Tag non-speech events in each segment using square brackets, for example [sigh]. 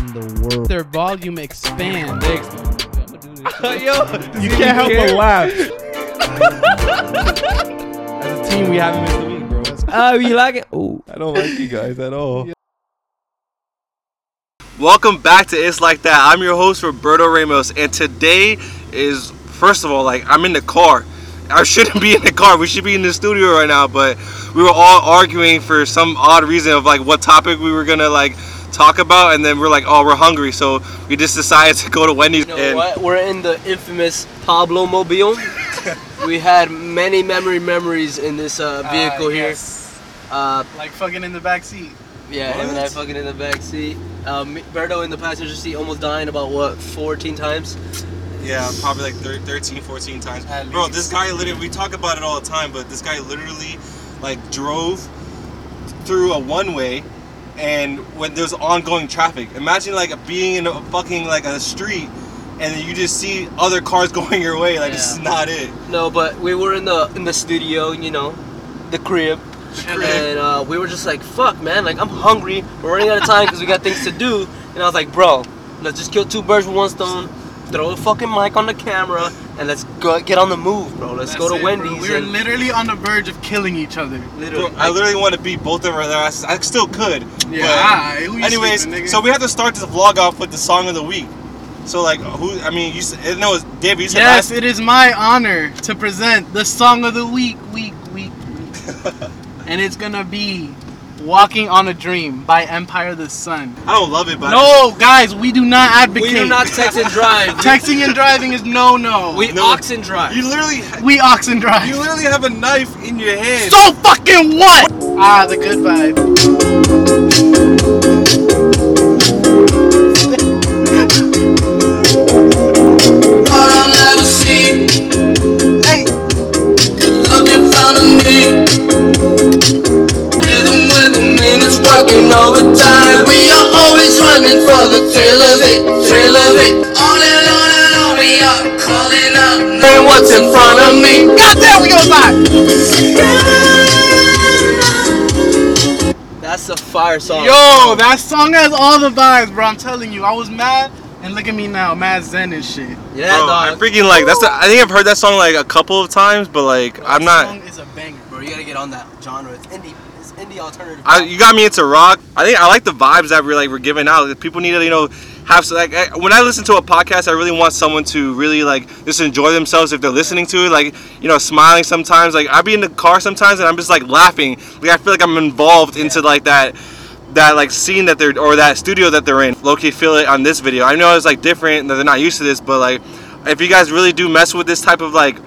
the world. their volume expand. [laughs] They expand. Yo, You can't help but laugh. As a team, we haven't missed a week, bro. That's- Oh, you like it? Oh, I don't like you guys at all. Welcome back to It's Like That. I'm your host Roberto Ramos, and today is first of all, like I'm in the car. I shouldn't be in the car. We should be in the studio right now, but we were all arguing for some odd reason of like what topic we were gonna like talk about, and then we're like, oh, we're hungry, so we just decided to go to Wendy's. you know and what? We're in the infamous Pablo Mobile. we had many memory memories in this Ah, uh, vehicle here. Uh, Like fucking in the back seat. yeah, him and I fucking in the back seat. Um, Berto in the passenger seat, almost dying about what 14 times. Yeah, probably like thir- 13, 14 times. At Bro, this guy literally, we talk about it all the time, but this guy literally like drove through a one way and when there's ongoing traffic. Imagine like being in a fucking like a street and you just see other cars [laughs] going your way. Like, this is Yeah. not it. No, but we were in the in the studio, you know, the crib, and uh, we were just like, "Fuck, man! Like, I'm hungry. We're running out of time because we got things to do." And I was like, "Bro, let's just kill two birds with one stone. Throw a fucking mic on the camera, and let's go get on the move, bro. Let's go to Wendy's." We were and literally on the verge of killing each other. Bro, I literally want to beat both of our asses. I still could. Yeah. but- alright, who you Anyways, sleeping, nigga? so we have to start this vlog off with the song of the week. So like, who? I mean, you s- no, it's David. You said Yes, last. it is my honor to present the song of the week, week, week, week. and it's gonna be "Walking on a Dream" by Empire the Sun. I don't love it, but No, guys, we do not advocate. we do not text and drive. Texting and driving is no, no. we No. oxen drive. you literally we ox and drive. You literally have a knife in your hand. so fucking what? Ah, the good vibe. That's a fire song. Yo, that song has all the vibes, bro. I'm telling you, I was mad, and look at me now, mad zen and shit. yeah, Bro, I dog. freaking like that's. The, I think I've heard that song like a couple of times, but like That I'm not. Song is a banger. bro, you gotta get on that genre. It's indie. It's indie alternative. I, [laughs] you got me into rock. I think I like the vibes that we're like we're giving out. People need to you know have so, like I, when I listen to a podcast, I really want someone to really like just enjoy themselves if they're listening to it. Like you know, smiling sometimes. Like I be in the car sometimes and I'm just like laughing. Like I feel like I'm involved into like that that like scene that they're or that studio that they're in. Low key feel it on this video. I know it's like different that they're not used to this, but like if you guys really do mess with this type of like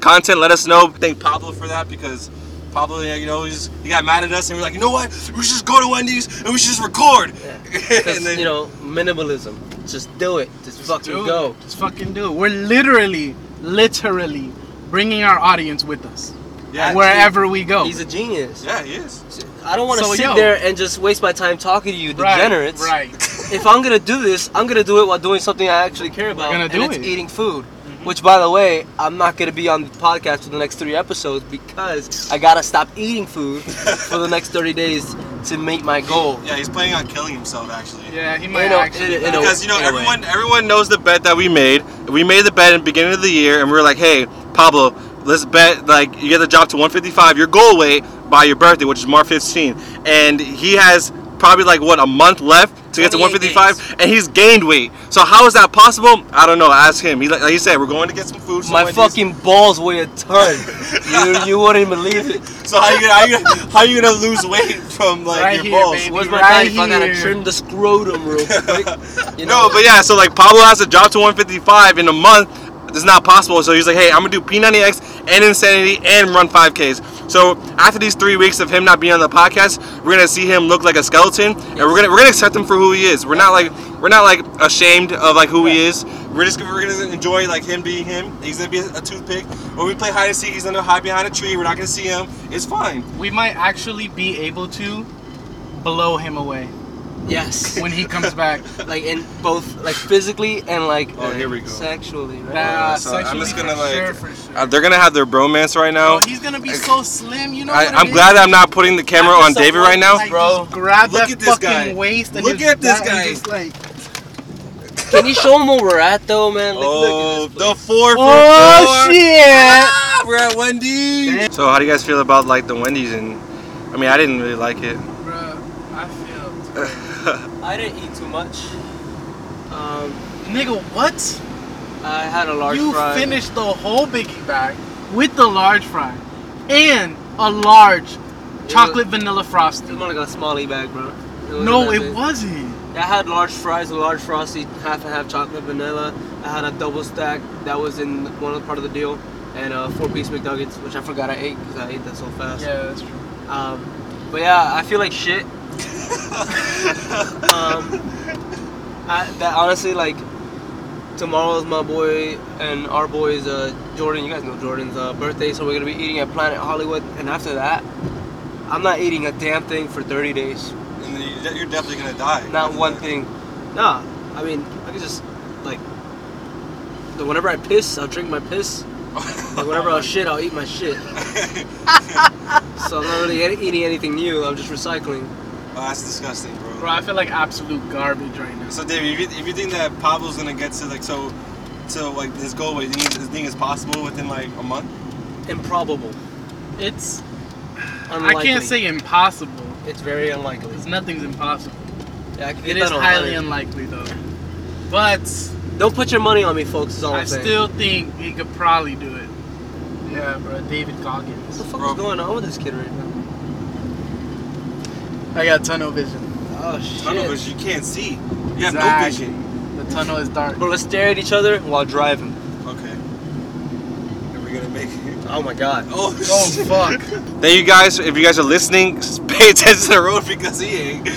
content, let us know. Thank Pablo for that because Pablo, you know, he, just, he got mad at us and we are like, you know what? We should just go to Wendy's and we should just record. [laughs] Because and then, you know, minimalism. Just do it. Just, fucking do go. It. Just fucking do it. We're literally, literally bringing our audience with us yeah, wherever we go. He's a genius. yeah, he is. I don't want to So, sit yo. there and just waste my time talking to you right, degenerates. Right. If I'm gonna do this, I'm gonna do it while doing something I actually care about, gonna and do it's it. Mm-hmm. eating food. Which, by the way, I'm not gonna be on the podcast for the next three episodes because I gotta stop [laughs] eating food for the next 30 days to meet my goal. Yeah, he's planning on killing himself actually. Yeah, he might In a- actually. in a- in a- Because you know Anyway. everyone, everyone knows the bet that we made. We made the bet at the beginning of the year, and we were like, "Hey, Pablo, let's bet like you get the job to 155, your goal weight by your birthday, which is March 15." And he has probably like what a month left to get to 28 155, and he's gained weight. So how is that possible? I don't know. Ask him. He like like he said, we're going to get some food. some My Wendy's. fucking balls weigh a ton. you, you wouldn't believe it. So how you gonna how you gonna, how you gonna lose weight from like Right your here, balls? baby. Where's my Right knife? I gotta here. trim the scrotum [laughs] real quick. You No, but yeah, so like Pablo has to drop to 155 in a month. It's not possible. So he's like, hey, I'm gonna do P90X and Insanity and run 5Ks. So after these three weeks of him not being on the podcast, we're gonna see him look like a skeleton, and we're gonna we're gonna accept him for who he is. We're not like we're not like ashamed of like who he is. We're just we're gonna enjoy like him being him. He's gonna be a, a toothpick. When we play hide and seek, he's gonna hide behind a tree. We're not gonna see him. It's fine. we might actually be able to blow him away. Yes. when he comes back. like in both like physically and like Oh, here we go. sexually, right? Nah, so I'm sexually just gonna, for like- sure, for sure. Uh, they're gonna have their bromance right now. Bro, he's gonna be so slim, you know. I, what it I'm is? glad I'm not putting the camera After on David someone right now. Like, Bro, just grab look that at this fucking guy. waist and Look just at this that and guy. just, like, Can you show them where we're at though, man? Like, Oh, look at this place. the four for oh four. shit! Ah, We're at Wendy's. So how do you guys feel about like the Wendy's and? I mean, I didn't really like [laughs] it. Bro, I feel. I didn't eat too much. Um, Nigga, what? I had a large you fry. finished the whole biggie bag with the large fry and a large chocolate vanilla It frosty. was more like a small bag, bro. wasn't No, that it big. wasn't. I had large fries, a large frosty, half and half chocolate vanilla. I had a double stack that was in one of the part of the deal, and a four piece McNuggets, which I forgot I ate because I ate that so fast. that's true. Um, but yeah, I feel like shit. um, I, that honestly, like tomorrow's my boy and our boy's uh, Jordan. You guys know Jordan's uh, birthday, so we're gonna be eating at Planet Hollywood, and after that, I'm not eating a damn thing for 30 days. You're definitely gonna die. Not one thing. Nah, I mean, I could just like the- whenever I piss, I'll drink my [laughs] piss. Like, whenever I'll shit, I'll eat my [laughs] shit. so I'm not really e- eating anything new. I'm just recycling. Oh, that's disgusting, Bro, I feel like absolute garbage right now. So David, if you, if you think that Pablo's gonna get to like so, to like this goal, but you think this thing is possible within like a month? Improbable. It's Unlikely. I can't say impossible. it's very unlikely. Because nothing's impossible. Yeah, I could get It that is on highly Reddit. unlikely though. But Don't put your money on me, folks. Is all I I'm saying. still think he could probably do it. Yeah, bro, David What the Goggins. fuck Bro. is going on with this kid right now? I got tunnel vision. Oh shit. Tunnel vision, you can't see. You have no Exactly. vision. The tunnel is dark. Bro, let's stare at each other while driving. Okay. Are we gonna make it? Oh my god. Oh, Oh shit. fuck. Then you guys, if you guys are listening, [laughs] s- pay attention to the road because he ain't. [laughs]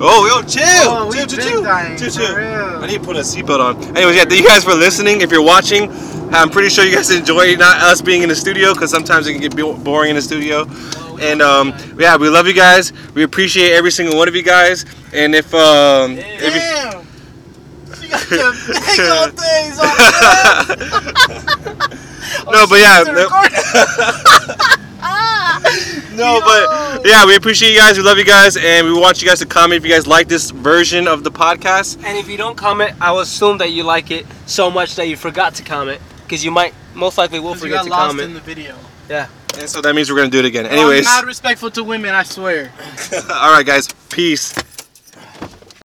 oh, yo, chill. Oh, we chill, been chill, dying, chill, for chill. real. I need to put a seatbelt on. Anyways, yeah, thank you guys for listening. If you're watching, I'm pretty sure you guys enjoy not us being in the studio because sometimes it can get bo- boring in the studio. Oh, And um, yeah, we love you guys. We appreciate every single one of you guys. And if um, if you- Damn. She got [laughs] the big old things [laughs] on her. no, but yeah, She's no- recording. No, but yeah, we appreciate you guys. We love you guys, and we want you guys to comment if you guys like this version of the podcast. And if you don't comment, I will assume that you like it so much that you forgot to comment, because you might most likely will She forget got to lost comment. in the video. [laughs] And so that means we're gonna do it again. Anyways, I'm not respectful to women, I swear. all right, guys, peace.